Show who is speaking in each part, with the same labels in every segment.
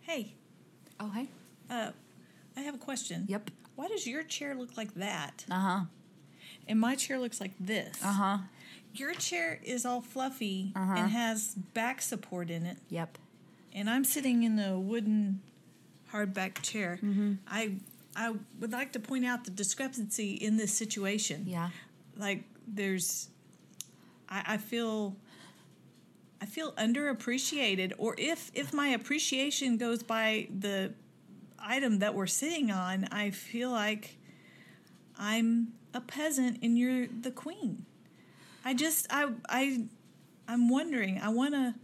Speaker 1: Hey,
Speaker 2: Oh, hey.
Speaker 1: uh, I have a question.
Speaker 2: Yep.
Speaker 1: Why does your chair look like that?
Speaker 2: Uh huh.
Speaker 1: And my chair looks like this.
Speaker 2: Uh huh.
Speaker 1: Your chair is all fluffy
Speaker 2: Uh-huh.
Speaker 1: and has back support in it.
Speaker 2: Yep.
Speaker 1: And I'm sitting in a wooden hardback chair.
Speaker 2: Mm-hmm.
Speaker 1: I I would like to point out the discrepancy in this situation.
Speaker 2: Yeah.
Speaker 1: Like there's I, I feel I feel underappreciated or if if my appreciation goes by the item that we're sitting on, I feel like I'm a peasant and you're the queen. I just I I I'm wondering. I want to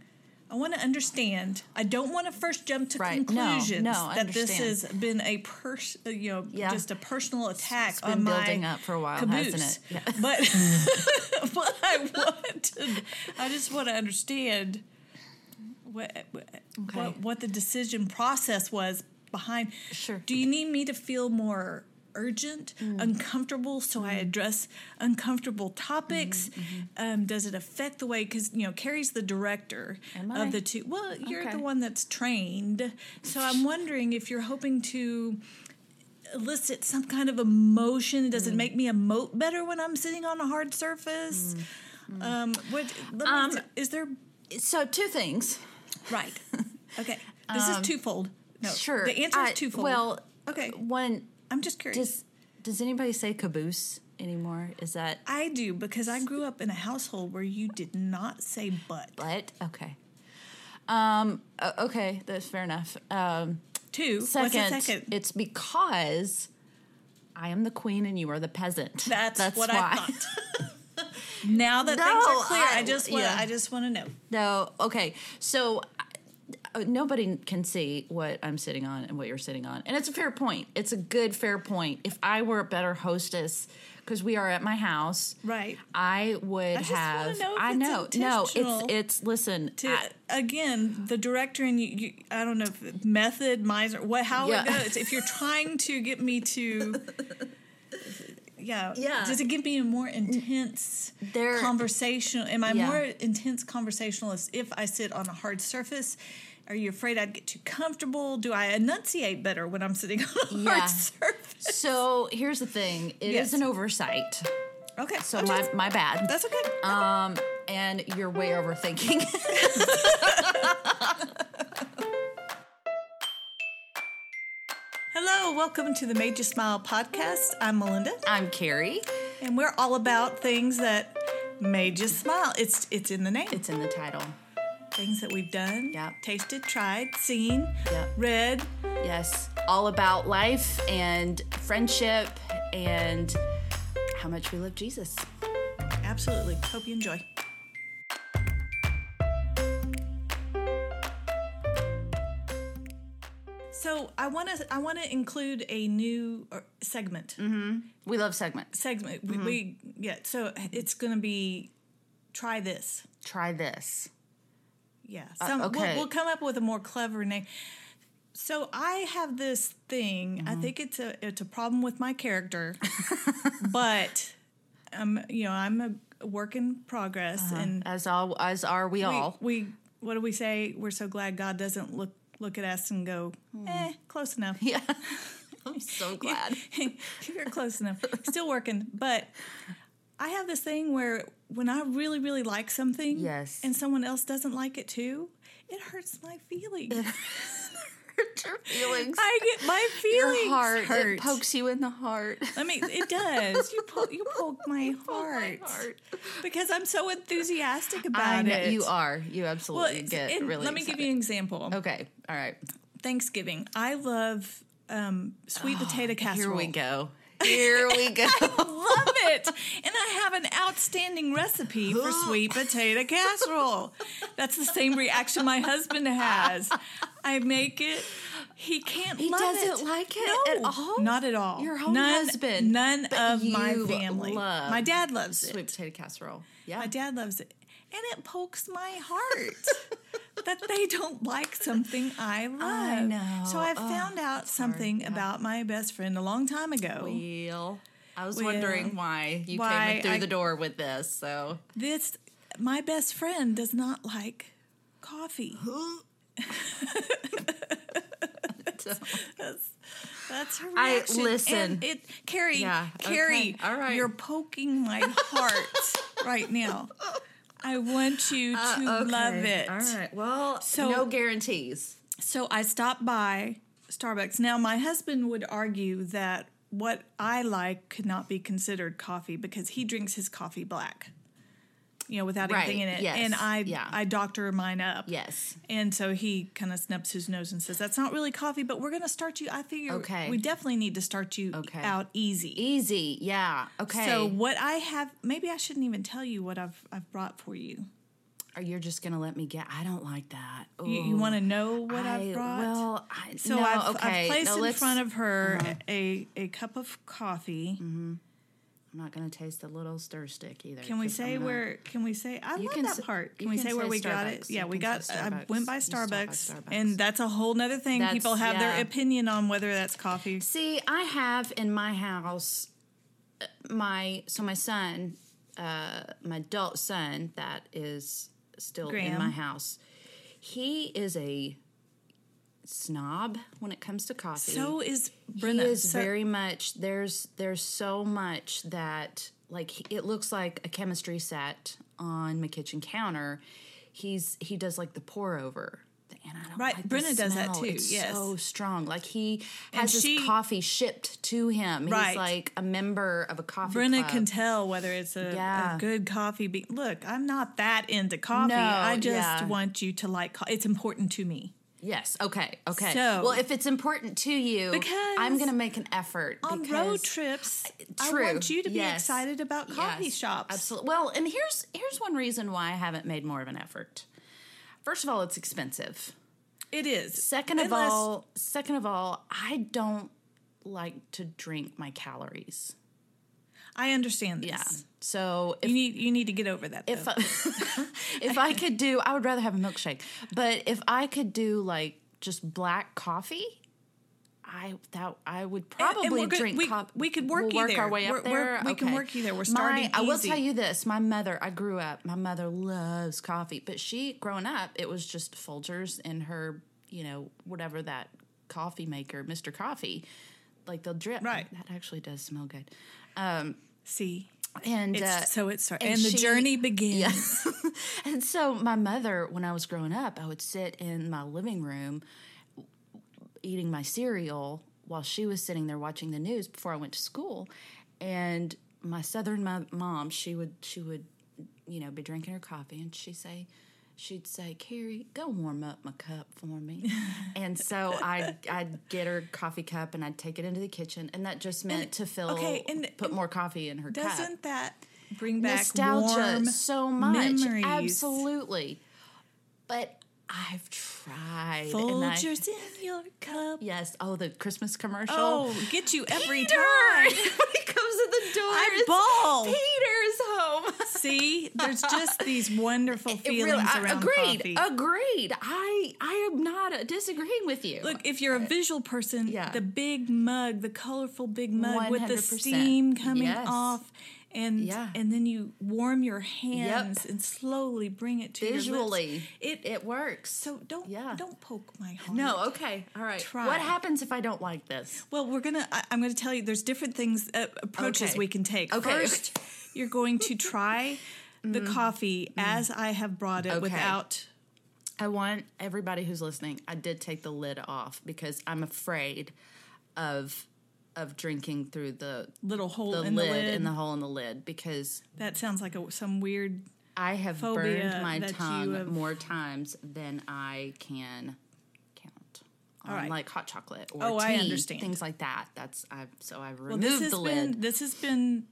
Speaker 1: I want to understand. I don't want to first jump to
Speaker 2: Right. No,
Speaker 1: conclusions
Speaker 2: no, I
Speaker 1: that this has
Speaker 2: understand.
Speaker 1: been a pers- uh, you know
Speaker 2: Yeah.
Speaker 1: just a personal attack
Speaker 2: it's been
Speaker 1: on my
Speaker 2: building up for a while,
Speaker 1: caboose.
Speaker 2: hasn't it? Yeah.
Speaker 1: But but I want to, I just want to understand what
Speaker 2: Okay.
Speaker 1: what what the decision process was behind.
Speaker 2: Sure. Mm.
Speaker 1: Do you need me to feel more urgent, uncomfortable, so I address uncomfortable topics?
Speaker 2: Mm-hmm,
Speaker 1: Um, does it affect the way? Because you know, Carrie's the director
Speaker 2: Am I?
Speaker 1: of the two. Well, you're
Speaker 2: Okay.
Speaker 1: the one that's trained, so I'm wondering if you're hoping to elicit some kind of emotion.
Speaker 2: Mm.
Speaker 1: Does it make me emote better when I'm sitting on a hard surface? Um, what? Let me
Speaker 2: Mm. Um,
Speaker 1: t- is there
Speaker 2: So, two things.
Speaker 1: Right. Okay. This is twofold. No.
Speaker 2: Um, Sure.
Speaker 1: The answer
Speaker 2: I-
Speaker 1: is twofold.
Speaker 2: Well,
Speaker 1: okay.
Speaker 2: One,
Speaker 1: I'm just curious.
Speaker 2: does, does anybody say caboose anymore? Is that
Speaker 1: I do because I grew up in a household where you did not say but.
Speaker 2: but? Okay. Um, o- okay, that's fair enough. Um,
Speaker 1: Two.
Speaker 2: second,
Speaker 1: What's the second?
Speaker 2: it's because I am the queen and you are the peasant.
Speaker 1: That's, what
Speaker 2: why.
Speaker 1: I thought. now that
Speaker 2: No,
Speaker 1: things are clear, I,
Speaker 2: I-
Speaker 1: just want
Speaker 2: yeah.
Speaker 1: I just want to know.
Speaker 2: No, okay. So uh, nobody can see what I'm sitting on and what you're sitting on. And it's a fair point. It's a good fair point. If I were a better hostess cuz we are at my house,
Speaker 1: Right.
Speaker 2: I would
Speaker 1: just wanna
Speaker 2: have
Speaker 1: know if
Speaker 2: I
Speaker 1: it's
Speaker 2: know. no, it's
Speaker 1: intentional
Speaker 2: it's listen.
Speaker 1: To,
Speaker 2: I-
Speaker 1: again, the director and you, you, I don't know if method, miser, what, how
Speaker 2: Yeah.
Speaker 1: it goes. If you're trying to get me to, yeah,
Speaker 2: Yeah.
Speaker 1: does it give me a more intense
Speaker 2: There-
Speaker 1: conversational? Am I
Speaker 2: Yeah.
Speaker 1: more intense conversationalist if I sit on a hard surface? Are you afraid I'd get too comfortable? Do I enunciate better when I'm sitting on a
Speaker 2: Yeah.
Speaker 1: hard surface?
Speaker 2: so here's the thing. It is
Speaker 1: Yes.
Speaker 2: an oversight.
Speaker 1: Okay,
Speaker 2: So
Speaker 1: I'm
Speaker 2: my
Speaker 1: just-
Speaker 2: my bad.
Speaker 1: that's okay.
Speaker 2: Um, and you're way overthinking.
Speaker 1: Hello, welcome to the Made You Smile podcast. I'm Melinda.
Speaker 2: I'm Carrie.
Speaker 1: And we're all about things that made you smile. It's it's in the name.
Speaker 2: It's in the title.
Speaker 1: things that we've done,
Speaker 2: Yep.
Speaker 1: tasted, tried, seen,
Speaker 2: Yep.
Speaker 1: read.
Speaker 2: Yes, all about life and friendship and how much we love Jesus.
Speaker 1: Absolutely. Hope you enjoy. So I want to I want to include a new uh, segment.
Speaker 2: We love segments.
Speaker 1: Segment we, we yeah. So it's going to be try this.
Speaker 2: Try this.
Speaker 1: Yeah. Some,
Speaker 2: Uh, okay.
Speaker 1: we'll, we'll come up with a more clever name. So I have this thing. I
Speaker 2: Mm-hmm.
Speaker 1: think it's a it's a problem with my character, but um, you know, I'm a work in progress, and
Speaker 2: As all as are we all.
Speaker 1: we, we what do we say? We're so glad God doesn't look look at us and go, eh, close enough.
Speaker 2: Hmm. Yeah. I'm so glad.
Speaker 1: You're close enough. Still working, but I have this thing where when I really, really like something,
Speaker 2: Yes.
Speaker 1: and someone else doesn't like it too, it hurts my feelings.
Speaker 2: Hurt your feelings.
Speaker 1: I get my feelings
Speaker 2: your heart.
Speaker 1: hurt.
Speaker 2: It pokes you in the heart.
Speaker 1: I mean, it does. You poke, you poke my heart,
Speaker 2: My heart.
Speaker 1: because I'm so enthusiastic about
Speaker 2: I know
Speaker 1: it.
Speaker 2: you are. You
Speaker 1: Well,
Speaker 2: absolutely
Speaker 1: it's-
Speaker 2: get
Speaker 1: and
Speaker 2: really. Oh.
Speaker 1: let me give you an example.
Speaker 2: Okay. All right.
Speaker 1: Thanksgiving. I love um, sweet potato casserole.
Speaker 2: Ah, Here we go. Here we go.
Speaker 1: love it. And I have an outstanding recipe for sweet potato casserole. That's the same reaction my husband has. I make it. He can't
Speaker 2: He
Speaker 1: love
Speaker 2: doesn't
Speaker 1: it.
Speaker 2: like it
Speaker 1: No,
Speaker 2: at all?
Speaker 1: Not at all.
Speaker 2: Your own
Speaker 1: none,
Speaker 2: husband.
Speaker 1: None
Speaker 2: But
Speaker 1: of my
Speaker 2: you
Speaker 1: family.
Speaker 2: love
Speaker 1: my dad loves it.
Speaker 2: Sweet potato casserole. Yeah.
Speaker 1: My dad loves it. And it pokes my heart that they don't like something I love.
Speaker 2: I know.
Speaker 1: So I
Speaker 2: Oh,
Speaker 1: found out something about my best friend a long time ago.
Speaker 2: Wheel. I was
Speaker 1: Well,
Speaker 2: wondering why you
Speaker 1: why
Speaker 2: came through
Speaker 1: I-
Speaker 2: the door with this. So
Speaker 1: This my best
Speaker 2: Uh,
Speaker 1: friend does not like coffee.
Speaker 2: So
Speaker 1: That's, that's her
Speaker 2: I-
Speaker 1: reaction.
Speaker 2: listen.
Speaker 1: And it, Carrie,
Speaker 2: Yeah,
Speaker 1: Carrie,
Speaker 2: okay, all right.
Speaker 1: you're poking my heart right now. I want you to love it.
Speaker 2: Uh, All right. Well,
Speaker 1: So-
Speaker 2: no guarantees.
Speaker 1: So I stopped by Starbucks. Now, my husband would argue that what I like could not be considered coffee because he drinks his coffee black, you know, without
Speaker 2: Right,
Speaker 1: anything in it.
Speaker 2: yes,
Speaker 1: And I,
Speaker 2: yeah.
Speaker 1: I doctor mine up.
Speaker 2: Yes.
Speaker 1: And so he kind of snubs his nose and says, That's not really coffee, but we're going to start you. I figure
Speaker 2: Okay.
Speaker 1: we definitely need to start you
Speaker 2: Okay. E-,
Speaker 1: out easy.
Speaker 2: Easy. Yeah. Okay.
Speaker 1: So, what I have, maybe I shouldn't even tell you what I've, I've brought for you.
Speaker 2: Or you're just gonna let me get? I don't like that.
Speaker 1: You, you
Speaker 2: Ooh.
Speaker 1: want to know what I,
Speaker 2: I,
Speaker 1: have brought?
Speaker 2: Well, I,
Speaker 1: So
Speaker 2: no,
Speaker 1: I've,
Speaker 2: okay.
Speaker 1: I've placed
Speaker 2: no,
Speaker 1: in
Speaker 2: let's- Uh-huh.
Speaker 1: front of her a, a cup of coffee.
Speaker 2: Mm-hmm. I'm not gonna taste the little stir stick either.
Speaker 1: Can we
Speaker 2: 'cause
Speaker 1: say
Speaker 2: I'm not-
Speaker 1: where? Can we say? I love
Speaker 2: can
Speaker 1: that
Speaker 2: s-
Speaker 1: part.
Speaker 2: you
Speaker 1: Can we
Speaker 2: can
Speaker 1: say where
Speaker 2: say
Speaker 1: we got
Speaker 2: Starbucks.
Speaker 1: it? Yeah,
Speaker 2: You
Speaker 1: we
Speaker 2: can
Speaker 1: got.
Speaker 2: say
Speaker 1: I
Speaker 2: Starbucks.
Speaker 1: went by
Speaker 2: You stopped by
Speaker 1: Starbucks,
Speaker 2: Starbucks.
Speaker 1: and that's a whole nother thing.
Speaker 2: That's-
Speaker 1: People have
Speaker 2: yeah.
Speaker 1: their opinion on whether that's coffee.
Speaker 2: See, I have in my house uh, my so my son, uh, my adult son that is still in
Speaker 1: Graham.
Speaker 2: my house. He is a snob when it comes to coffee.
Speaker 1: So is
Speaker 2: he
Speaker 1: Brenna.
Speaker 2: is
Speaker 1: So-
Speaker 2: very much there's there's so much that like he- it looks like a chemistry set on my kitchen counter. He's he does like the pour over. And I don't
Speaker 1: Right,
Speaker 2: like the
Speaker 1: Brenna does that
Speaker 2: smell.
Speaker 1: too,
Speaker 2: It's
Speaker 1: yes.
Speaker 2: so strong. Like he has his
Speaker 1: she-
Speaker 2: coffee shipped to him. He's
Speaker 1: Right.
Speaker 2: like a member of a coffee
Speaker 1: Brenna
Speaker 2: club.
Speaker 1: can tell whether it's a, a
Speaker 2: Yeah.
Speaker 1: good coffee. Be- Look, I'm not that into coffee.
Speaker 2: No,
Speaker 1: I just
Speaker 2: yeah.
Speaker 1: want you to like. Co- it's important to me.
Speaker 2: yes. Okay. Okay.
Speaker 1: So-
Speaker 2: well, if it's important to you,
Speaker 1: Because
Speaker 2: I'm going to make an effort
Speaker 1: On
Speaker 2: because
Speaker 1: road trips,
Speaker 2: True,
Speaker 1: I want you to be
Speaker 2: yes,
Speaker 1: excited about coffee shops.
Speaker 2: Absolutely. Well, and here's here's one reason why I haven't made more of an effort. First of all, it's expensive.
Speaker 1: It is.
Speaker 2: Second of
Speaker 1: Unless-
Speaker 2: all, second of all, I don't like to drink my calories.
Speaker 1: I understand this.
Speaker 2: Yeah. So if
Speaker 1: You need you need to get over that.
Speaker 2: if
Speaker 1: though.
Speaker 2: I, if I could do, I would rather have a milkshake. But if I could do like just black coffee, I that I would
Speaker 1: And- and
Speaker 2: probably
Speaker 1: we're good-
Speaker 2: drink.
Speaker 1: we-
Speaker 2: cop-
Speaker 1: we could work
Speaker 2: we'll
Speaker 1: you
Speaker 2: work
Speaker 1: there.
Speaker 2: our way up
Speaker 1: We're- we're-
Speaker 2: there.
Speaker 1: we can
Speaker 2: Okay.
Speaker 1: work you there. We're
Speaker 2: My-
Speaker 1: starting
Speaker 2: I will
Speaker 1: easy.
Speaker 2: tell you this: my mother. I grew up. My mother loves coffee, but she growing up, it was just Folgers and her, you know, whatever that coffee maker, Mister Coffee. Like they'll drip.
Speaker 1: Right.
Speaker 2: That actually does smell good.
Speaker 1: See,
Speaker 2: And
Speaker 1: it's,
Speaker 2: uh,
Speaker 1: so it starts,
Speaker 2: and
Speaker 1: and, the
Speaker 2: she-
Speaker 1: journey begins.
Speaker 2: And so my mother, when I was growing up, I would sit in my living room eating my cereal while she was sitting there watching the news before I went to school. And my southern mo- mom, she would she would you know be drinking her coffee and she say she'd say, "Carrie, go warm up my cup for me." and so I would I'd get her coffee cup and I'd take it into the kitchen and that just meant to fill
Speaker 1: okay, and-
Speaker 2: put more coffee in her cup
Speaker 1: Doesn't that bring back
Speaker 2: nostalgia
Speaker 1: warm
Speaker 2: so much.
Speaker 1: memories?
Speaker 2: Absolutely. But I've tried. and I-
Speaker 1: Folgers in your cup.
Speaker 2: yes. Oh, the Christmas commercial.
Speaker 1: Oh, get you every
Speaker 2: Peter!
Speaker 1: time.
Speaker 2: when he comes in the door,
Speaker 1: I
Speaker 2: it's
Speaker 1: bawl.
Speaker 2: Peter's home.
Speaker 1: See, there's just these wonderful
Speaker 2: It really-
Speaker 1: feelings
Speaker 2: I-
Speaker 1: around
Speaker 2: agreed. Oh,
Speaker 1: coffee.
Speaker 2: Agreed. I I am not uh, disagreeing with you.
Speaker 1: Look, if you're a visual person,
Speaker 2: Yeah.
Speaker 1: the big mug, the colorful big mug with the
Speaker 2: 100%.
Speaker 1: steam coming
Speaker 2: Yes.
Speaker 1: off, and
Speaker 2: Yeah.
Speaker 1: and then you warm your hands and slowly bring it to Your
Speaker 2: visually,
Speaker 1: lips. It,
Speaker 2: it works.
Speaker 1: so don't
Speaker 2: Yeah.
Speaker 1: don't poke my heart.
Speaker 2: no. Okay. All right.
Speaker 1: Try.
Speaker 2: What happens if I don't like this?
Speaker 1: Well, we're gonna. I, I'm gonna tell you. There's different things uh, approaches
Speaker 2: Okay.
Speaker 1: we can take.
Speaker 2: Okay. Mm-hmm.
Speaker 1: First, you're going to try the coffee as I have brought it without.
Speaker 2: I want everybody who's listening. I did take the lid off because I'm afraid of of drinking through the
Speaker 1: Little hole
Speaker 2: the
Speaker 1: in
Speaker 2: lid,
Speaker 1: the lid.
Speaker 2: and the hole in the lid because
Speaker 1: that sounds like a, some weird.
Speaker 2: I have
Speaker 1: Phobia
Speaker 2: burned my
Speaker 1: that you
Speaker 2: tongue
Speaker 1: have-
Speaker 2: more times than I can count. On
Speaker 1: right.
Speaker 2: like hot chocolate or
Speaker 1: Oh,
Speaker 2: tea,
Speaker 1: I understand.
Speaker 2: things like that. That's I so I removed
Speaker 1: This has
Speaker 2: the
Speaker 1: been.
Speaker 2: lid.
Speaker 1: This has been.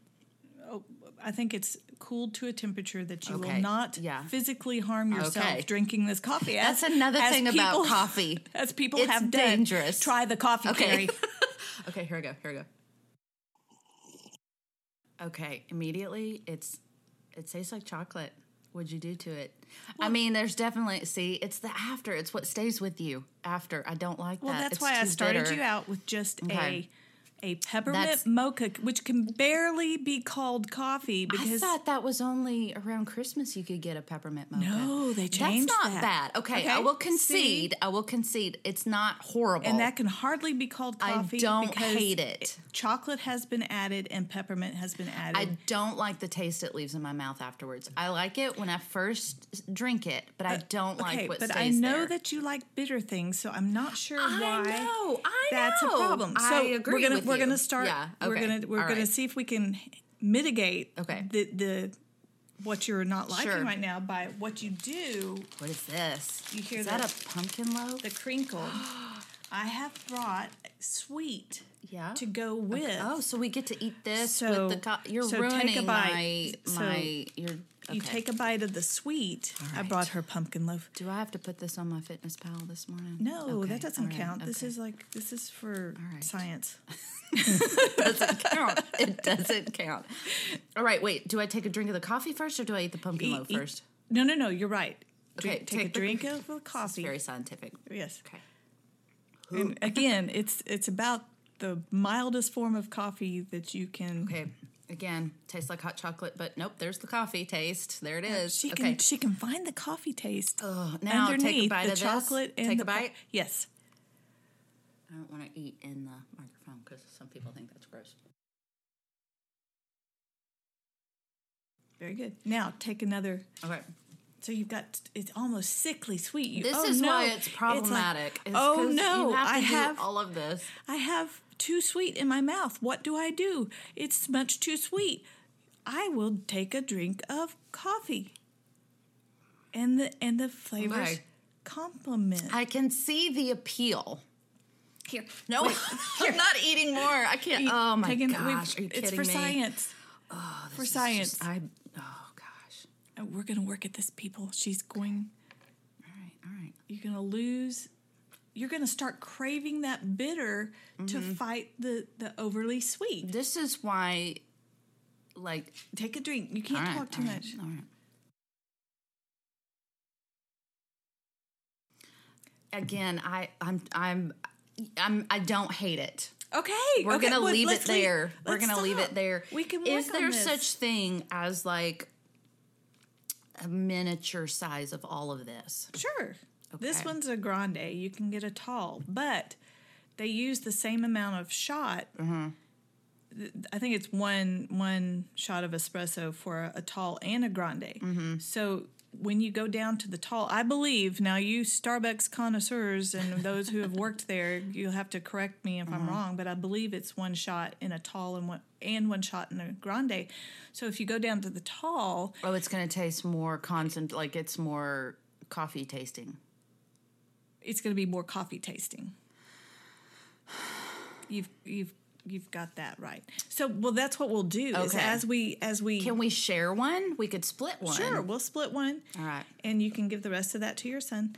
Speaker 1: Oh, I think it's cooled to a temperature that you
Speaker 2: Okay.
Speaker 1: will not
Speaker 2: Yeah.
Speaker 1: physically harm yourself
Speaker 2: Okay.
Speaker 1: drinking this coffee.
Speaker 2: That's
Speaker 1: As-
Speaker 2: another
Speaker 1: as
Speaker 2: thing
Speaker 1: people-
Speaker 2: about coffee.
Speaker 1: As people
Speaker 2: It's
Speaker 1: have done,
Speaker 2: dangerous.
Speaker 1: Try the coffee,
Speaker 2: Okay.
Speaker 1: Carrie.
Speaker 2: okay, here I go. Here I go. Okay, immediately it's it tastes like chocolate. What'd you do to it? I mean, there's definitely see, it's the after. It's what stays with you after. I don't like
Speaker 1: Well,
Speaker 2: that.
Speaker 1: that's
Speaker 2: It's
Speaker 1: why I
Speaker 2: too
Speaker 1: started
Speaker 2: bitter.
Speaker 1: you out with just
Speaker 2: Okay.
Speaker 1: a peppermint
Speaker 2: That's-
Speaker 1: mocha, which can barely be called coffee
Speaker 2: I
Speaker 1: because
Speaker 2: thought that was only around Christmas you could get a peppermint mocha.
Speaker 1: No, they changed
Speaker 2: That's not
Speaker 1: that.
Speaker 2: bad. Okay, I
Speaker 1: Okay,
Speaker 2: will
Speaker 1: see?
Speaker 2: concede. I will concede. It's not horrible.
Speaker 1: and that can hardly be called
Speaker 2: I
Speaker 1: coffee.
Speaker 2: don't
Speaker 1: because
Speaker 2: hate it.
Speaker 1: Chocolate has been added and peppermint has been added.
Speaker 2: I don't like the taste it leaves in my mouth afterwards. I like it when I first drink it, but I don't like what
Speaker 1: Uh, but I
Speaker 2: stays
Speaker 1: know
Speaker 2: there.
Speaker 1: that you like bitter things, so I'm not sure
Speaker 2: I
Speaker 1: why.
Speaker 2: know, I
Speaker 1: that's
Speaker 2: know.
Speaker 1: a problem. So
Speaker 2: I agree
Speaker 1: we're gonna
Speaker 2: with
Speaker 1: we're
Speaker 2: you.
Speaker 1: gonna start.
Speaker 2: Yeah,
Speaker 1: We're
Speaker 2: okay.
Speaker 1: gonna we're
Speaker 2: All
Speaker 1: gonna
Speaker 2: right.
Speaker 1: see if we can mitigate.
Speaker 2: Okay.
Speaker 1: The the what you're not liking
Speaker 2: Sure.
Speaker 1: right now by what you do
Speaker 2: What is this?
Speaker 1: You hear
Speaker 2: is
Speaker 1: that?
Speaker 2: that a pumpkin loaf?
Speaker 1: the crinkle. I have brought sweet.
Speaker 2: Yeah.
Speaker 1: To go with.
Speaker 2: Oh, so we get to eat this
Speaker 1: So-
Speaker 2: with the co- you're
Speaker 1: so take a
Speaker 2: ruining my
Speaker 1: bite. So
Speaker 2: my your
Speaker 1: You
Speaker 2: okay.
Speaker 1: take a bite of the sweet. I
Speaker 2: right.
Speaker 1: brought her pumpkin loaf.
Speaker 2: Do I have to put this on my fitness pal this morning?
Speaker 1: No,
Speaker 2: Okay,
Speaker 1: that doesn't
Speaker 2: all right,
Speaker 1: count. This
Speaker 2: okay.
Speaker 1: is like this is for
Speaker 2: right.
Speaker 1: science.
Speaker 2: doesn't count. It doesn't count. All right, wait. Do I take a drink of the coffee first, or do I eat the pumpkin
Speaker 1: Eat-
Speaker 2: loaf
Speaker 1: eat-
Speaker 2: first?
Speaker 1: No, no, no. You're right.
Speaker 2: Okay,
Speaker 1: Drink, take,
Speaker 2: take
Speaker 1: a
Speaker 2: the-
Speaker 1: drink of the
Speaker 2: It's
Speaker 1: coffee.
Speaker 2: very scientific.
Speaker 1: yes.
Speaker 2: Okay.
Speaker 1: And again, it's it's about the mildest form of coffee that you can.
Speaker 2: Okay. Again, tastes like hot chocolate, but nope. There's the coffee taste. There it is.
Speaker 1: She can
Speaker 2: okay.
Speaker 1: she can find the coffee taste
Speaker 2: Ugh, now
Speaker 1: underneath
Speaker 2: take a bite
Speaker 1: the
Speaker 2: of
Speaker 1: chocolate
Speaker 2: this.
Speaker 1: and
Speaker 2: take
Speaker 1: the
Speaker 2: a
Speaker 1: pu-
Speaker 2: bite.
Speaker 1: Yes.
Speaker 2: I don't want to eat in the microphone because some people think that's gross.
Speaker 1: Very good. Now take another.
Speaker 2: Okay.
Speaker 1: So you've got it's almost sickly sweet. You,
Speaker 2: This
Speaker 1: oh,
Speaker 2: is
Speaker 1: no.
Speaker 2: why it's
Speaker 1: like,
Speaker 2: problematic. is
Speaker 1: oh
Speaker 2: 'cause
Speaker 1: no!
Speaker 2: you have to
Speaker 1: I
Speaker 2: do
Speaker 1: have
Speaker 2: all of this.
Speaker 1: I have too sweet in my mouth. What do I do? It's much too sweet. I will take a drink of coffee. And the and the flavors
Speaker 2: Okay.
Speaker 1: complement.
Speaker 2: I can see the appeal. Here, no, I'm not eating more. I can't. oh my
Speaker 1: Taken- we've-
Speaker 2: gosh, are you
Speaker 1: it's
Speaker 2: kidding
Speaker 1: for
Speaker 2: me? Oh,
Speaker 1: science. for
Speaker 2: This is
Speaker 1: science.
Speaker 2: just- I oh gosh.
Speaker 1: Uh, We're gonna work at this, people. She's going.
Speaker 2: All right, all right.
Speaker 1: You're gonna lose. You're gonna start craving that bitter to
Speaker 2: Mm-hmm.
Speaker 1: fight the the overly sweet.
Speaker 2: This is why, like,
Speaker 1: Take a drink. You can't
Speaker 2: all right,
Speaker 1: talk too
Speaker 2: all right,
Speaker 1: much.
Speaker 2: all right. Again, I I'm I'm I'm I don't hate it.
Speaker 1: Okay,
Speaker 2: We're
Speaker 1: okay,
Speaker 2: gonna
Speaker 1: well,
Speaker 2: leave it
Speaker 1: let's leave-
Speaker 2: there. We're
Speaker 1: let's
Speaker 2: gonna leave
Speaker 1: stop.
Speaker 2: it there.
Speaker 1: We can. Work
Speaker 2: Is
Speaker 1: on
Speaker 2: there
Speaker 1: this.
Speaker 2: such thing as like a miniature size of all of this?
Speaker 1: Sure. This
Speaker 2: Okay.
Speaker 1: one's a grande. You can get a tall, but they use the same amount of shot. Th- I think it's one one shot of espresso for a, a tall and a grande. So when you go down to the tall, I believe now you Starbucks connoisseurs and those who have worked there, you'll have to correct me if I'm wrong, but I believe it's one shot in a tall and one and one shot in a grande. So if you go down to the tall,
Speaker 2: Oh, it's going to taste more constant. Like it's more coffee tasting.
Speaker 1: it's going to be more coffee tasting. You've you've you've got that right. So well, that's what we'll do. Is
Speaker 2: Okay.
Speaker 1: as we as we
Speaker 2: Can we share one? We could split one.
Speaker 1: sure we'll split one,
Speaker 2: All right.
Speaker 1: and you can give the rest of that to your son,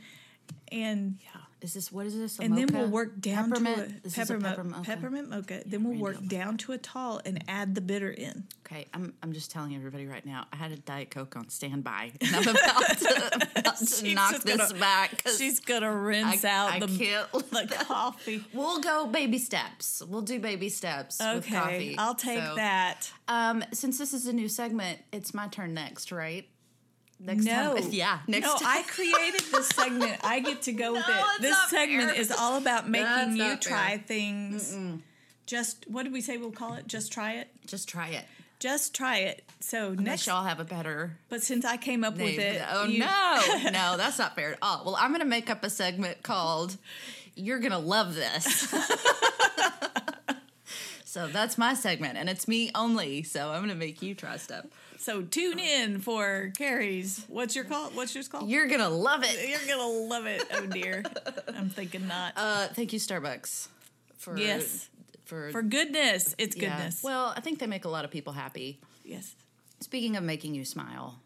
Speaker 1: and
Speaker 2: Yeah. Is this what is this? a
Speaker 1: and then
Speaker 2: mocha?
Speaker 1: we'll work down
Speaker 2: peppermint.
Speaker 1: to a
Speaker 2: This is
Speaker 1: peppermint
Speaker 2: peppermint. Okay.
Speaker 1: peppermint mocha. then we'll work down to a tall and add the bitter in.
Speaker 2: Okay, I'm, I'm just telling everybody right now. I had a diet coke on standby, and I'm about to, about to
Speaker 1: She's
Speaker 2: knock
Speaker 1: just
Speaker 2: this
Speaker 1: gonna-
Speaker 2: back because
Speaker 1: She's gonna rinse
Speaker 2: I-
Speaker 1: out
Speaker 2: I
Speaker 1: the
Speaker 2: can't let
Speaker 1: the coffee.
Speaker 2: we'll go baby steps. We'll do baby steps with
Speaker 1: Okay,
Speaker 2: coffee.
Speaker 1: I'll take
Speaker 2: So,
Speaker 1: that.
Speaker 2: Um, since this is a new segment, it's my turn next, right? Next
Speaker 1: No.
Speaker 2: time, yeah, next
Speaker 1: no,
Speaker 2: time.
Speaker 1: I created this segment. I get to go with
Speaker 2: No,
Speaker 1: it.
Speaker 2: it's
Speaker 1: This
Speaker 2: not
Speaker 1: segment
Speaker 2: fair.
Speaker 1: is all about making
Speaker 2: That's
Speaker 1: you
Speaker 2: not fair.
Speaker 1: try things. Just what did we say we'll call it? Just try it.
Speaker 2: Just try it.
Speaker 1: Just try it. So
Speaker 2: Next,
Speaker 1: next,
Speaker 2: y'all have a better
Speaker 1: but since I came up with
Speaker 2: name.
Speaker 1: it,
Speaker 2: oh
Speaker 1: you-
Speaker 2: no, no, that's not fair at all. Well, I'm gonna make up a segment called "You're Gonna Love This." so that's my segment, and it's me only. So I'm gonna make you try stuff.
Speaker 1: So tune in for Carrie's. What's your call? What's yours called?
Speaker 2: You're gonna love it.
Speaker 1: You're gonna love it. Oh dear, I'm thinking not.
Speaker 2: Uh, thank you, Starbucks, for
Speaker 1: Yes.
Speaker 2: for,
Speaker 1: For goodness, it's
Speaker 2: yeah.
Speaker 1: goodness.
Speaker 2: Well, I think they make a lot of people happy.
Speaker 1: yes,
Speaker 2: Speaking of making you smile,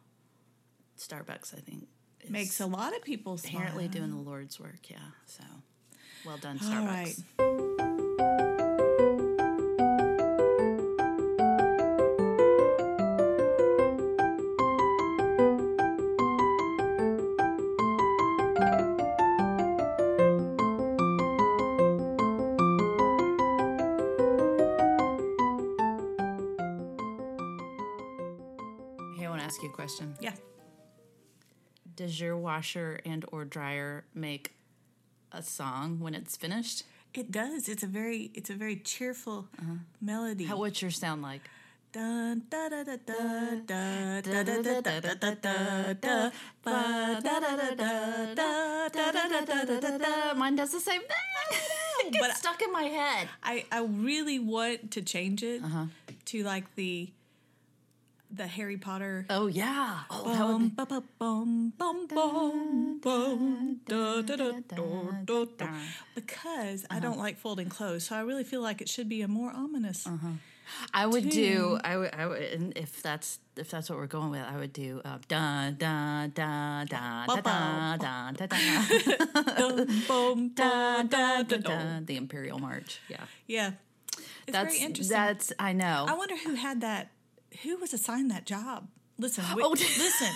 Speaker 2: Starbucks, I think, is
Speaker 1: makes a lot of people smile.
Speaker 2: apparently doing the Lord's work. Yeah, so well done, Starbucks.
Speaker 1: All right.
Speaker 2: to ask you a question.
Speaker 1: Yeah.
Speaker 2: Does your washer and or dryer make a song when it's finished?
Speaker 1: It does. It's a very it's a very cheerful melody.
Speaker 2: How, what's your sound like?
Speaker 1: Dun, da, da, da, da, da, da, da, da, da, da, da, da, da, ba, da, da, da, da, da, da, da, da, da, da, da, da.
Speaker 2: Mine does the same thing. It
Speaker 1: But-
Speaker 2: gets stuck in my head.
Speaker 1: I I really want to change it to like the the Harry Potter
Speaker 2: Oh yeah. Oh, that
Speaker 1: Bum,
Speaker 2: would
Speaker 1: ba, ba, bum, bum, bum, bum, da, da, da, da, da, da. Uh-huh. Because I don't like folding clothes, so I really feel like it should be a more ominous. Oh,
Speaker 2: I would do. I would. I would. And if that's if that's what we're going with, I would do uh, da da da da da da da da da
Speaker 1: Dum, bum,
Speaker 2: da
Speaker 1: bum,
Speaker 2: da da
Speaker 1: dum.
Speaker 2: da. The Imperial March. Yeah,
Speaker 1: Yeah, it's
Speaker 2: that's
Speaker 1: very interesting.
Speaker 2: That's I know.
Speaker 1: I wonder who had that. Who was assigned that job? Listen, we,
Speaker 2: Oh.
Speaker 1: listen,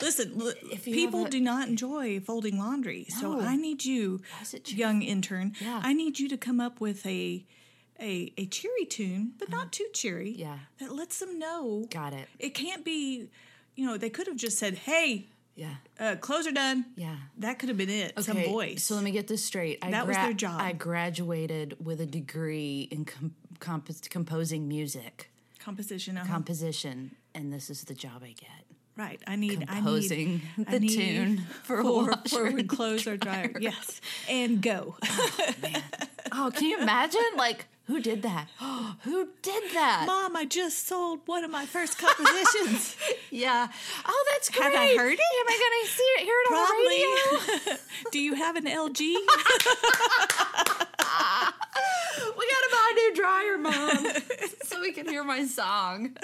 Speaker 1: listen. li-
Speaker 2: If you have
Speaker 1: people
Speaker 2: a-
Speaker 1: do not enjoy folding laundry, so
Speaker 2: No.
Speaker 1: I need you,
Speaker 2: is it cheerful?
Speaker 1: young intern.
Speaker 2: Yeah.
Speaker 1: I need you to come up with a a, a cheery tune, but not too cheery.
Speaker 2: Uh-huh. Yeah.
Speaker 1: that lets them know.
Speaker 2: Got it.
Speaker 1: It can't be. You know, they could have just said, "Hey,
Speaker 2: Yeah,
Speaker 1: uh, clothes are done."
Speaker 2: yeah.
Speaker 1: That could have been it. Some
Speaker 2: Okay,
Speaker 1: voice.
Speaker 2: So let me get this straight. I
Speaker 1: That was their job.
Speaker 2: I graduated with a degree in com- comp- composing music
Speaker 1: composition. uh-huh.
Speaker 2: composition, and this is the job I get.
Speaker 1: Right. I need
Speaker 2: Composing
Speaker 1: I need, I
Speaker 2: the
Speaker 1: need
Speaker 2: tune for a
Speaker 1: for,
Speaker 2: washer
Speaker 1: for when
Speaker 2: and
Speaker 1: clothes are dryer. Yes. And go.
Speaker 2: Oh, can you imagine? Like, who did that? who did that?
Speaker 1: Mom, I just sold one of my first compositions.
Speaker 2: Yeah. Oh, that's great.
Speaker 1: Have I heard it?
Speaker 2: Am I going to see it, hear it on the radio?
Speaker 1: Probably. Do you have an LG?
Speaker 2: We got to buy a new dryer, Mom, so we can hear my song.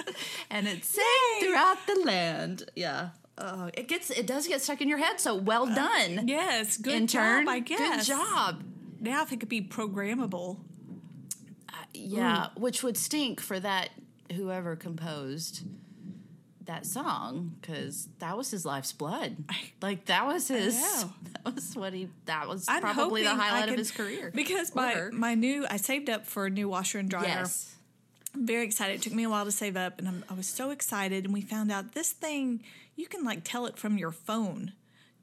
Speaker 2: And it's sang throughout the land. Yeah. Oh, it gets it does get stuck in your head. So well
Speaker 1: Uh,
Speaker 2: done,
Speaker 1: Yes. Good
Speaker 2: intern.
Speaker 1: job, I guess.
Speaker 2: Good job.
Speaker 1: Now if it could be programmable.
Speaker 2: Yeah,
Speaker 1: Mm.
Speaker 2: which would stink for that whoever composed that song because that was his life's blood. Like that was his.
Speaker 1: know.
Speaker 2: That was what he. That was
Speaker 1: I'm
Speaker 2: probably the
Speaker 1: hoping I
Speaker 2: highlight of
Speaker 1: can-
Speaker 2: his career.
Speaker 1: Because my,
Speaker 2: Or her.
Speaker 1: my new, I saved up for a new washer and dryer.
Speaker 2: yes,
Speaker 1: I'm very excited. It took me a while to save up, and I'm, I was so excited. And we found out this thing you can like tell it from your phone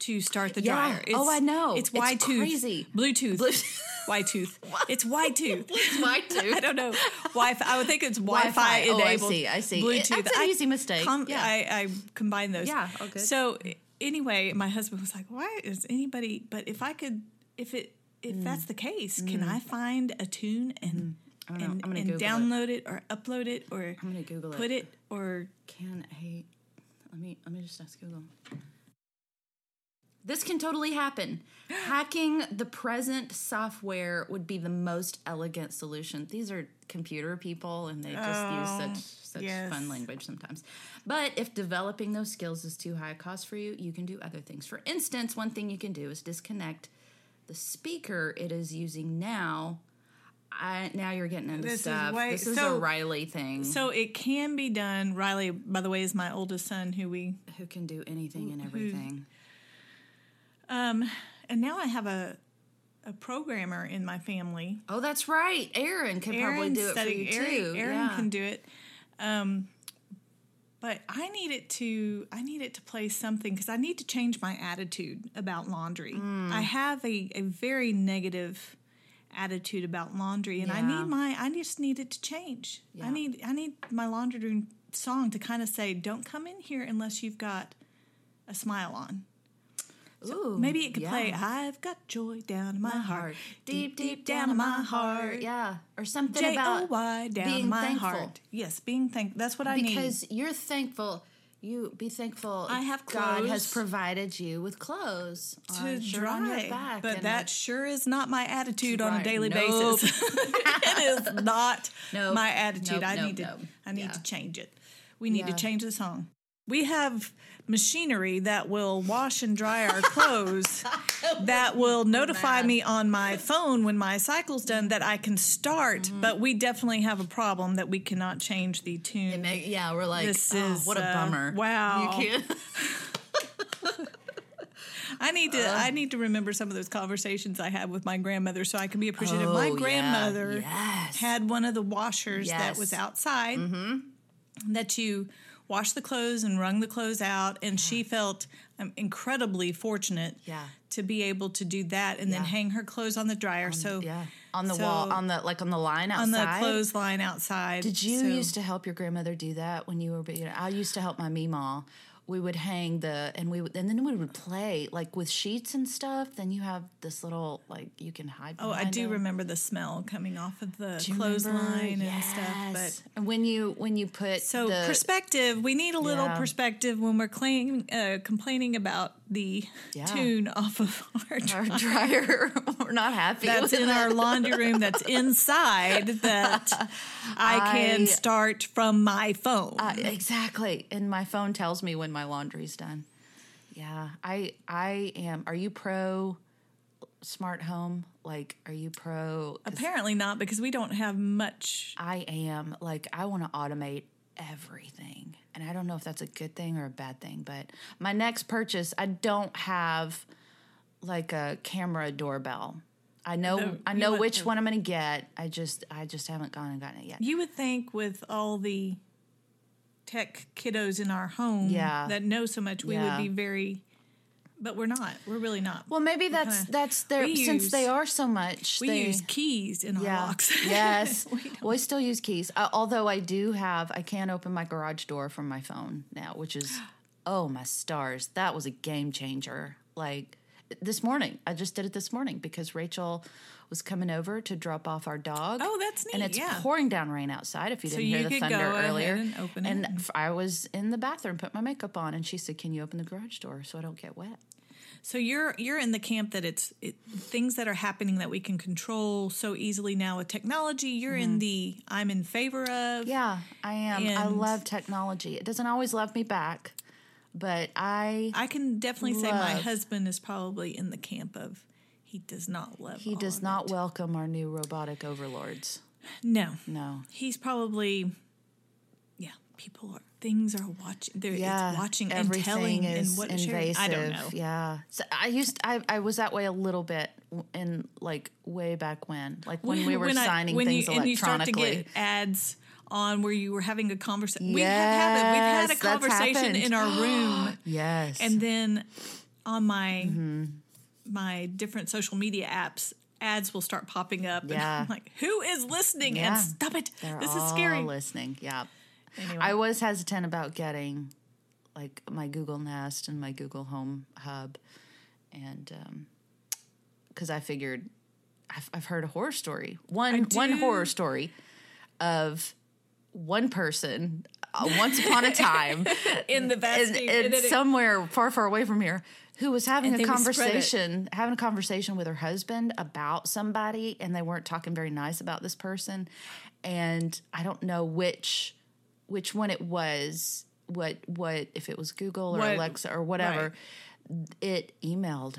Speaker 1: to start the
Speaker 2: Yeah.
Speaker 1: dryer.
Speaker 2: Oh, I know.
Speaker 1: It's
Speaker 2: It's
Speaker 1: Y tooth,
Speaker 2: crazy.
Speaker 1: Bluetooth,
Speaker 2: Bluetooth.
Speaker 1: Y tooth. It's Y tooth.
Speaker 2: it's my too.
Speaker 1: I don't know. Wi-Fi. I would think it's Wi-Fi,
Speaker 2: Wi-Fi. Oh, I
Speaker 1: enabled.
Speaker 2: see, I see.
Speaker 1: Bluetooth.
Speaker 2: It- that's an
Speaker 1: I
Speaker 2: easy mistake. Yeah.
Speaker 1: I, I combine those.
Speaker 2: Yeah, oh, good.
Speaker 1: So anyway, my husband was like, "Why is anybody?" But if I could, if it, if
Speaker 2: Mm.
Speaker 1: that's the case, can I find a tune and
Speaker 2: know.
Speaker 1: and,
Speaker 2: I'm gonna
Speaker 1: and
Speaker 2: Google it.
Speaker 1: download it. or upload it or
Speaker 2: I'm gonna Google it.
Speaker 1: put it or
Speaker 2: Can I? Let me. Let me just ask Google. This can totally happen. Hacking the present software would be the most elegant solution. These are computer people, and they just use such such
Speaker 1: Oh, yes.
Speaker 2: fun language sometimes. But if developing those skills is too high a cost for you, you can do other things. For instance, one thing you can do is disconnect the speaker it is using now. I, now you're getting into
Speaker 1: This is
Speaker 2: stuff.
Speaker 1: way-
Speaker 2: this is
Speaker 1: so-
Speaker 2: a Riley thing.
Speaker 1: so it can be done. Riley, by the way, is my oldest son who we
Speaker 2: who can do anything and everything.
Speaker 1: um and now I have a a programmer in my family.
Speaker 2: Oh, that's right. Aaron can probably do it
Speaker 1: studying-
Speaker 2: for you
Speaker 1: Aaron,
Speaker 2: too.
Speaker 1: Aaron
Speaker 2: yeah.
Speaker 1: can do it. Um but I need it to I need it to play something because I need to change my attitude about laundry.
Speaker 2: Mm.
Speaker 1: I have a, a very negative attitude about laundry and I
Speaker 2: Yeah.
Speaker 1: need my I just need it to change. I
Speaker 2: Yeah.
Speaker 1: need I need my laundry room song to kind of say, Don't come in here unless you've got a smile on.
Speaker 2: Ooh,
Speaker 1: Maybe it could
Speaker 2: yeah.
Speaker 1: play I've got joy down in my, heart.
Speaker 2: deep, deep down in my heart. Yeah, or something
Speaker 1: J O
Speaker 2: about
Speaker 1: Y down
Speaker 2: being
Speaker 1: my
Speaker 2: thankful.
Speaker 1: heart. Yes, being thankful. That's what I need.
Speaker 2: because you're thankful. You be thankful.
Speaker 1: I have
Speaker 2: God has
Speaker 1: clothes.
Speaker 2: provided you with clothes
Speaker 1: To
Speaker 2: on, shirt on your
Speaker 1: dry,
Speaker 2: back,
Speaker 1: but
Speaker 2: and
Speaker 1: that sure is not my attitude on a
Speaker 2: Right.
Speaker 1: daily
Speaker 2: Nope.
Speaker 1: basis. it is not
Speaker 2: Nope.
Speaker 1: my attitude.
Speaker 2: Nope,
Speaker 1: I
Speaker 2: nope,
Speaker 1: need to.
Speaker 2: nope.
Speaker 1: I need
Speaker 2: Yeah.
Speaker 1: to change it. We need to
Speaker 2: Yeah.
Speaker 1: change the song. We have machinery that will wash and dry our clothes. that will notify me on my phone when my cycle's done that I can start.
Speaker 2: Mm-hmm.
Speaker 1: But we definitely have a problem that we cannot change the tune.
Speaker 2: that- Make- yeah, we're like,
Speaker 1: This
Speaker 2: oh,
Speaker 1: is,
Speaker 2: what a
Speaker 1: uh,
Speaker 2: bummer.
Speaker 1: wow.
Speaker 2: you can't.
Speaker 1: I need
Speaker 2: Uh-huh.
Speaker 1: to I need to remember some of those conversations I had with my grandmother so I can be appreciative.
Speaker 2: Oh,
Speaker 1: my
Speaker 2: yeah.
Speaker 1: grandmother
Speaker 2: Yes.
Speaker 1: had one of the washers that
Speaker 2: Yes. Mm-hmm.
Speaker 1: was outside that you washed the clothes and wrung the clothes out, and she felt um, incredibly fortunate
Speaker 2: Yeah.
Speaker 1: to be able to do that and then
Speaker 2: Yeah.
Speaker 1: hang her clothes on the dryer. so
Speaker 2: yeah. On the
Speaker 1: so
Speaker 2: wall, on the like on the line
Speaker 1: on
Speaker 2: outside.
Speaker 1: the clothesline outside.
Speaker 2: Did you
Speaker 1: So-
Speaker 2: used to help your grandmother do that when you were? You know, I used to help my Meemaw. We would hang the and we would, and then we would play like with sheets and stuff. Then you have this little like you can hide.
Speaker 1: Oh, I
Speaker 2: behind
Speaker 1: do
Speaker 2: them.
Speaker 1: remember the smell coming off of the
Speaker 2: Do you remember?
Speaker 1: clothesline and stuff. But
Speaker 2: Yes. and when you when you put
Speaker 1: so
Speaker 2: the,
Speaker 1: perspective, we need a little
Speaker 2: Yeah.
Speaker 1: perspective when we're claim, uh, complaining about the
Speaker 2: Yeah.
Speaker 1: tune off of our
Speaker 2: our dryer, we're not happy.
Speaker 1: that's
Speaker 2: with
Speaker 1: in
Speaker 2: it.
Speaker 1: our laundry room that's inside that I can
Speaker 2: I-
Speaker 1: start from my phone.
Speaker 2: Uh, exactly. And my phone tells me when my laundry's done. Yeah. I I am are you pro smart home? Like are you pro 'cause
Speaker 1: Apparently not because we don't have much.
Speaker 2: I am like I want to automate everything. And I don't know if that's a good thing or a bad thing, but my next purchase, I don't have like a camera doorbell. I know I
Speaker 1: you
Speaker 2: know
Speaker 1: want
Speaker 2: which
Speaker 1: the-
Speaker 2: one I'm going to get. I just I just haven't gone and gotten it yet.
Speaker 1: You would think with all the tech kiddos in our home
Speaker 2: Yeah.
Speaker 1: that know so much, we
Speaker 2: Yeah.
Speaker 1: would be very, but we're not. We're really not.
Speaker 2: Well, maybe that's
Speaker 1: kinda-
Speaker 2: that's their
Speaker 1: we
Speaker 2: since they
Speaker 1: use-
Speaker 2: are so much
Speaker 1: we
Speaker 2: they,
Speaker 1: use keys in our locks.
Speaker 2: yes. well, I still use keys. Uh, although I do have, I can open my garage door from my phone now, which is, oh my stars, that was a game changer. Like this morning, I just did it this morning because Rachel was coming over to drop off our dog.
Speaker 1: Oh, that's
Speaker 2: And
Speaker 1: neat,
Speaker 2: it's
Speaker 1: yeah.
Speaker 2: pouring down rain outside. If you didn't
Speaker 1: you
Speaker 2: hear the
Speaker 1: could
Speaker 2: thunder
Speaker 1: go ahead
Speaker 2: earlier,
Speaker 1: and open it
Speaker 2: and f- I was in the bathroom, put my makeup on, and she said, "Can you open the garage door so I don't get wet?"
Speaker 1: So you're you're in the camp that it's it, things that are happening that we can control so easily now with technology. You're in the I'm in favor of.
Speaker 2: Mm-hmm. Yeah, I am. I
Speaker 1: And-
Speaker 2: love technology. It doesn't always love me back, but I
Speaker 1: I can definitely say my
Speaker 2: Love.
Speaker 1: husband is probably in the camp of he does not love.
Speaker 2: he
Speaker 1: all
Speaker 2: does
Speaker 1: of
Speaker 2: not welcome our new robotic overlords.
Speaker 1: it. No,
Speaker 2: No.
Speaker 1: he's probably yeah. People are things are watching. There
Speaker 2: Yeah,
Speaker 1: it's watching and
Speaker 2: everything
Speaker 1: telling
Speaker 2: is
Speaker 1: and what sharing.
Speaker 2: invasive.
Speaker 1: I don't know.
Speaker 2: Yeah, so I used I, I was that way a little bit w- in like way back when, like when, we were
Speaker 1: I-
Speaker 2: signing
Speaker 1: when
Speaker 2: things
Speaker 1: you, and you start to
Speaker 2: electronically.
Speaker 1: get ads on where you were having a conversation. we have had a, we've had a
Speaker 2: Yes, that's
Speaker 1: conversation in
Speaker 2: happened.
Speaker 1: our room,
Speaker 2: yes,
Speaker 1: and then on my
Speaker 2: Mm-hmm.
Speaker 1: my different social media apps, ads will start popping up. And
Speaker 2: Yeah.
Speaker 1: I'm like, who is listening?
Speaker 2: Yeah.
Speaker 1: And stop it!
Speaker 2: They're
Speaker 1: This is
Speaker 2: all
Speaker 1: scary.
Speaker 2: Listening, yeah.
Speaker 1: Anyway.
Speaker 2: I was hesitant about getting like my Google Nest and my Google Home Hub, and because I figured I've, I've heard a horror story one one
Speaker 1: do.
Speaker 2: horror story of one person uh, once upon a time
Speaker 1: in the
Speaker 2: and,
Speaker 1: vast,
Speaker 2: and somewhere far, far away from here, who was having
Speaker 1: And
Speaker 2: a
Speaker 1: they would spread it.
Speaker 2: conversation, having a conversation with her husband about somebody, and they weren't talking very nice about this person, and I don't know which which one it was, what what if it was Google or
Speaker 1: What-
Speaker 2: Alexa or whatever, it emailed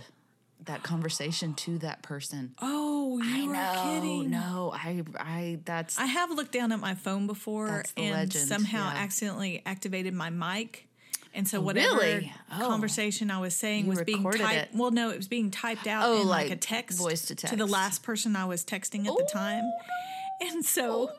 Speaker 2: that conversation to that person.
Speaker 1: oh, you are
Speaker 2: no,
Speaker 1: kidding!
Speaker 2: no, I I that's
Speaker 1: I have looked down at my phone before
Speaker 2: That's the
Speaker 1: and
Speaker 2: legend,
Speaker 1: somehow
Speaker 2: yeah.
Speaker 1: accidentally activated my mic. And so whatever
Speaker 2: really? Oh.
Speaker 1: conversation I was saying was being
Speaker 2: recorded
Speaker 1: typed.
Speaker 2: it.
Speaker 1: Well, no, it was being typed out
Speaker 2: Oh,
Speaker 1: in like,
Speaker 2: like
Speaker 1: a text
Speaker 2: voice to
Speaker 1: the
Speaker 2: text.
Speaker 1: last person I was texting at the time. And so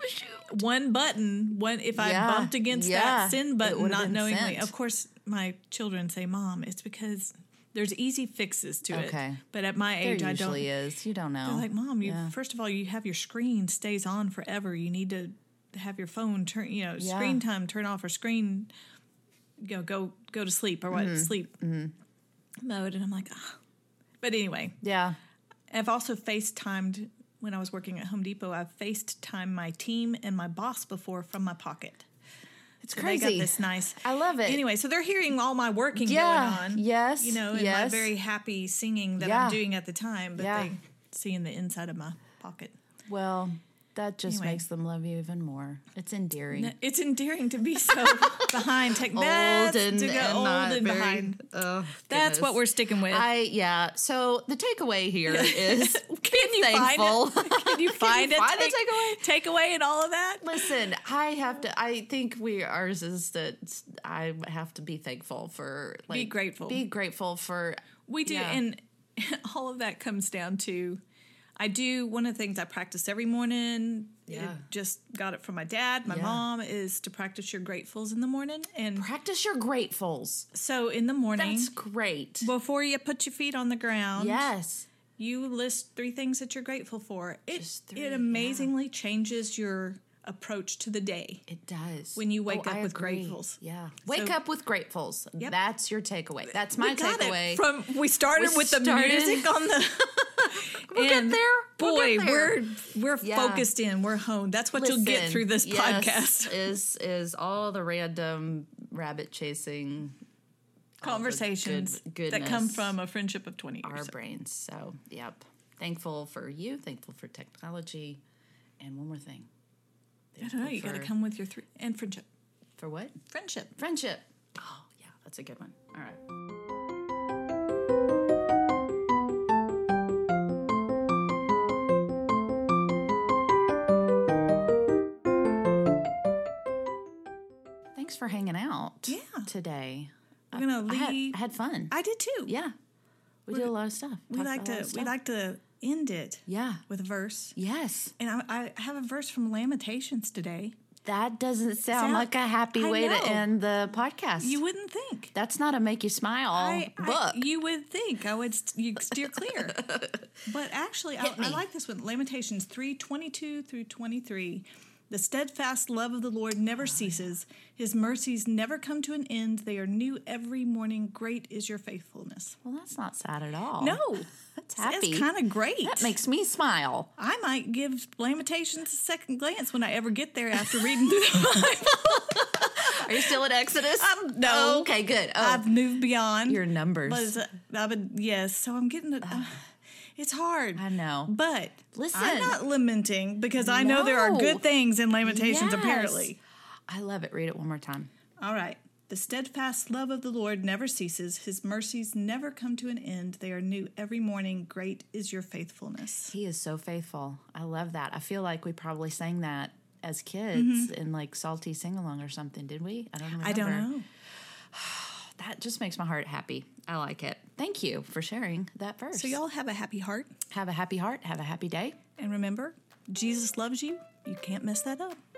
Speaker 1: one button, one if
Speaker 2: Oh, Yeah,
Speaker 1: I bumped against
Speaker 2: yeah,
Speaker 1: that send
Speaker 2: it
Speaker 1: button,
Speaker 2: would've
Speaker 1: not
Speaker 2: been
Speaker 1: knowingly.
Speaker 2: sent.
Speaker 1: Of course, my children say, "Mom," it's because there's easy fixes to
Speaker 2: Okay.
Speaker 1: it. But at my
Speaker 2: there
Speaker 1: age, I don't
Speaker 2: usually is. You don't know.
Speaker 1: like, Mom, you first of all, you have your screen stays on forever. You need to have your phone turn, you know,
Speaker 2: Yeah.
Speaker 1: screen time turn off or screen, you know, go go to sleep or what
Speaker 2: Mm-hmm.
Speaker 1: sleep mode. And I'm like, ah. But anyway,
Speaker 2: yeah.
Speaker 1: I've also FaceTimed when I was working at Home Depot. I've FaceTimed my team and my boss before from my pocket.
Speaker 2: It's
Speaker 1: So
Speaker 2: crazy.
Speaker 1: They got this nice.
Speaker 2: I love it.
Speaker 1: Anyway, so they're hearing all my working
Speaker 2: Yeah,
Speaker 1: going on.
Speaker 2: yes,
Speaker 1: You know, and my
Speaker 2: yes.
Speaker 1: very happy singing that
Speaker 2: Yeah.
Speaker 1: I'm doing at the time, but
Speaker 2: Yeah.
Speaker 1: they seeing the inside of my pocket.
Speaker 2: Well, that just
Speaker 1: Anyway.
Speaker 2: makes them love you even more. It's endearing.
Speaker 1: It's endearing to be so behind tech. That's to go old and behind. That's what we're sticking with.
Speaker 2: Oh, I yeah. So the takeaway here is
Speaker 1: can you
Speaker 2: thankful.
Speaker 1: find it? Can you find,
Speaker 2: you
Speaker 1: it?
Speaker 2: find a
Speaker 1: take, takeaway and all of that?
Speaker 2: listen. I have to. I think we ours is that I have to be thankful for like
Speaker 1: grateful.
Speaker 2: Be grateful for
Speaker 1: We do,
Speaker 2: Yeah.
Speaker 1: and all of that comes down to. I do one of the things I practice every morning.
Speaker 2: Yeah.
Speaker 1: It just got it from my dad, my
Speaker 2: Yeah.
Speaker 1: mom is to practice your gratefuls in the morning. And
Speaker 2: Practice your gratefuls.
Speaker 1: so in the morning,
Speaker 2: That's great.
Speaker 1: before you put your feet on the ground,
Speaker 2: Yes.
Speaker 1: you list three things that you're grateful for. It
Speaker 2: Just three,
Speaker 1: it
Speaker 2: yeah.
Speaker 1: amazingly changes your approach to the day.
Speaker 2: It does.
Speaker 1: When you wake
Speaker 2: Oh,
Speaker 1: up
Speaker 2: I
Speaker 1: with
Speaker 2: agree.
Speaker 1: gratefuls.
Speaker 2: Yeah. Wake
Speaker 1: So-
Speaker 2: up with gratefuls. That's your takeaway. That's my
Speaker 1: we got
Speaker 2: takeaway.
Speaker 1: it from we started
Speaker 2: We
Speaker 1: with
Speaker 2: started-
Speaker 1: the music on the.
Speaker 2: We'll get there. We'll
Speaker 1: boy.
Speaker 2: get there.
Speaker 1: We're we're
Speaker 2: Yeah.
Speaker 1: focused in. We're honed. That's what you'll get
Speaker 2: Listen,
Speaker 1: through this
Speaker 2: yes,
Speaker 1: podcast
Speaker 2: is is all the random rabbit chasing
Speaker 1: conversations that
Speaker 2: Oh, goodness.
Speaker 1: come from a friendship of twenty
Speaker 2: our
Speaker 1: years.
Speaker 2: brains. So, yep. Thankful for you. Thankful for technology. And one more thing.
Speaker 1: I don't know. You got to
Speaker 2: for-
Speaker 1: come with your three and friendship.
Speaker 2: For what?
Speaker 1: Friendship.
Speaker 2: Friendship. Oh, yeah. That's a good one. All right. Thanks for hanging out
Speaker 1: Yeah.
Speaker 2: today.
Speaker 1: We're gonna
Speaker 2: Uh, I had,
Speaker 1: leave-
Speaker 2: I had fun.
Speaker 1: I did too.
Speaker 2: yeah. We did a lot of stuff.
Speaker 1: we like
Speaker 2: Talked about a lot
Speaker 1: to
Speaker 2: of
Speaker 1: we
Speaker 2: stuff.
Speaker 1: like to end it
Speaker 2: Yeah.
Speaker 1: with a verse.
Speaker 2: Yes.
Speaker 1: And I, I have a verse from Lamentations today.
Speaker 2: That doesn't sound
Speaker 1: Sound-
Speaker 2: like a happy
Speaker 1: I
Speaker 2: way
Speaker 1: know.
Speaker 2: to end the podcast.
Speaker 1: You wouldn't think.
Speaker 2: That's not a make you smile
Speaker 1: I,
Speaker 2: book.
Speaker 1: I, you would think I would st- you steer clear, but actually, I,
Speaker 2: Hit me.
Speaker 1: I like this one. Lamentations three twenty two through twenty three. The steadfast love of the Lord
Speaker 2: Oh,
Speaker 1: never ceases; His mercies never come to an end. They are new every morning. Great is your faithfulness.
Speaker 2: well, that's not sad at all.
Speaker 1: No,
Speaker 2: That's
Speaker 1: it's,
Speaker 2: happy.
Speaker 1: kind of great.
Speaker 2: That makes me smile.
Speaker 1: I might give Lamentations a second glance when I ever get there after reading through. the-
Speaker 2: Are you still at Exodus?
Speaker 1: Um, no.
Speaker 2: Oh, okay, good. Oh,
Speaker 1: I've moved beyond
Speaker 2: your numbers.
Speaker 1: Was, uh, I've been, yes, so I'm getting it. uh, it's hard.
Speaker 2: I know.
Speaker 1: But
Speaker 2: Listen.
Speaker 1: I'm not lamenting because I know there are
Speaker 2: No.
Speaker 1: good things in lamentations,
Speaker 2: Yes.
Speaker 1: apparently.
Speaker 2: I love it. Read it one more time.
Speaker 1: All right. The steadfast love of the Lord never ceases. His mercies never come to an end. They are new every morning. Great is your faithfulness.
Speaker 2: He is so faithful. I love that. I feel like we probably sang that as kids in like salty sing along or something, did we? Mm-hmm. I don't remember.
Speaker 1: I don't know.
Speaker 2: That just makes my heart happy. I like it. Thank you for sharing that verse.
Speaker 1: So, y'all have a happy heart.
Speaker 2: have a happy heart, have a happy day.
Speaker 1: And remember, Jesus loves you. You can't mess that up.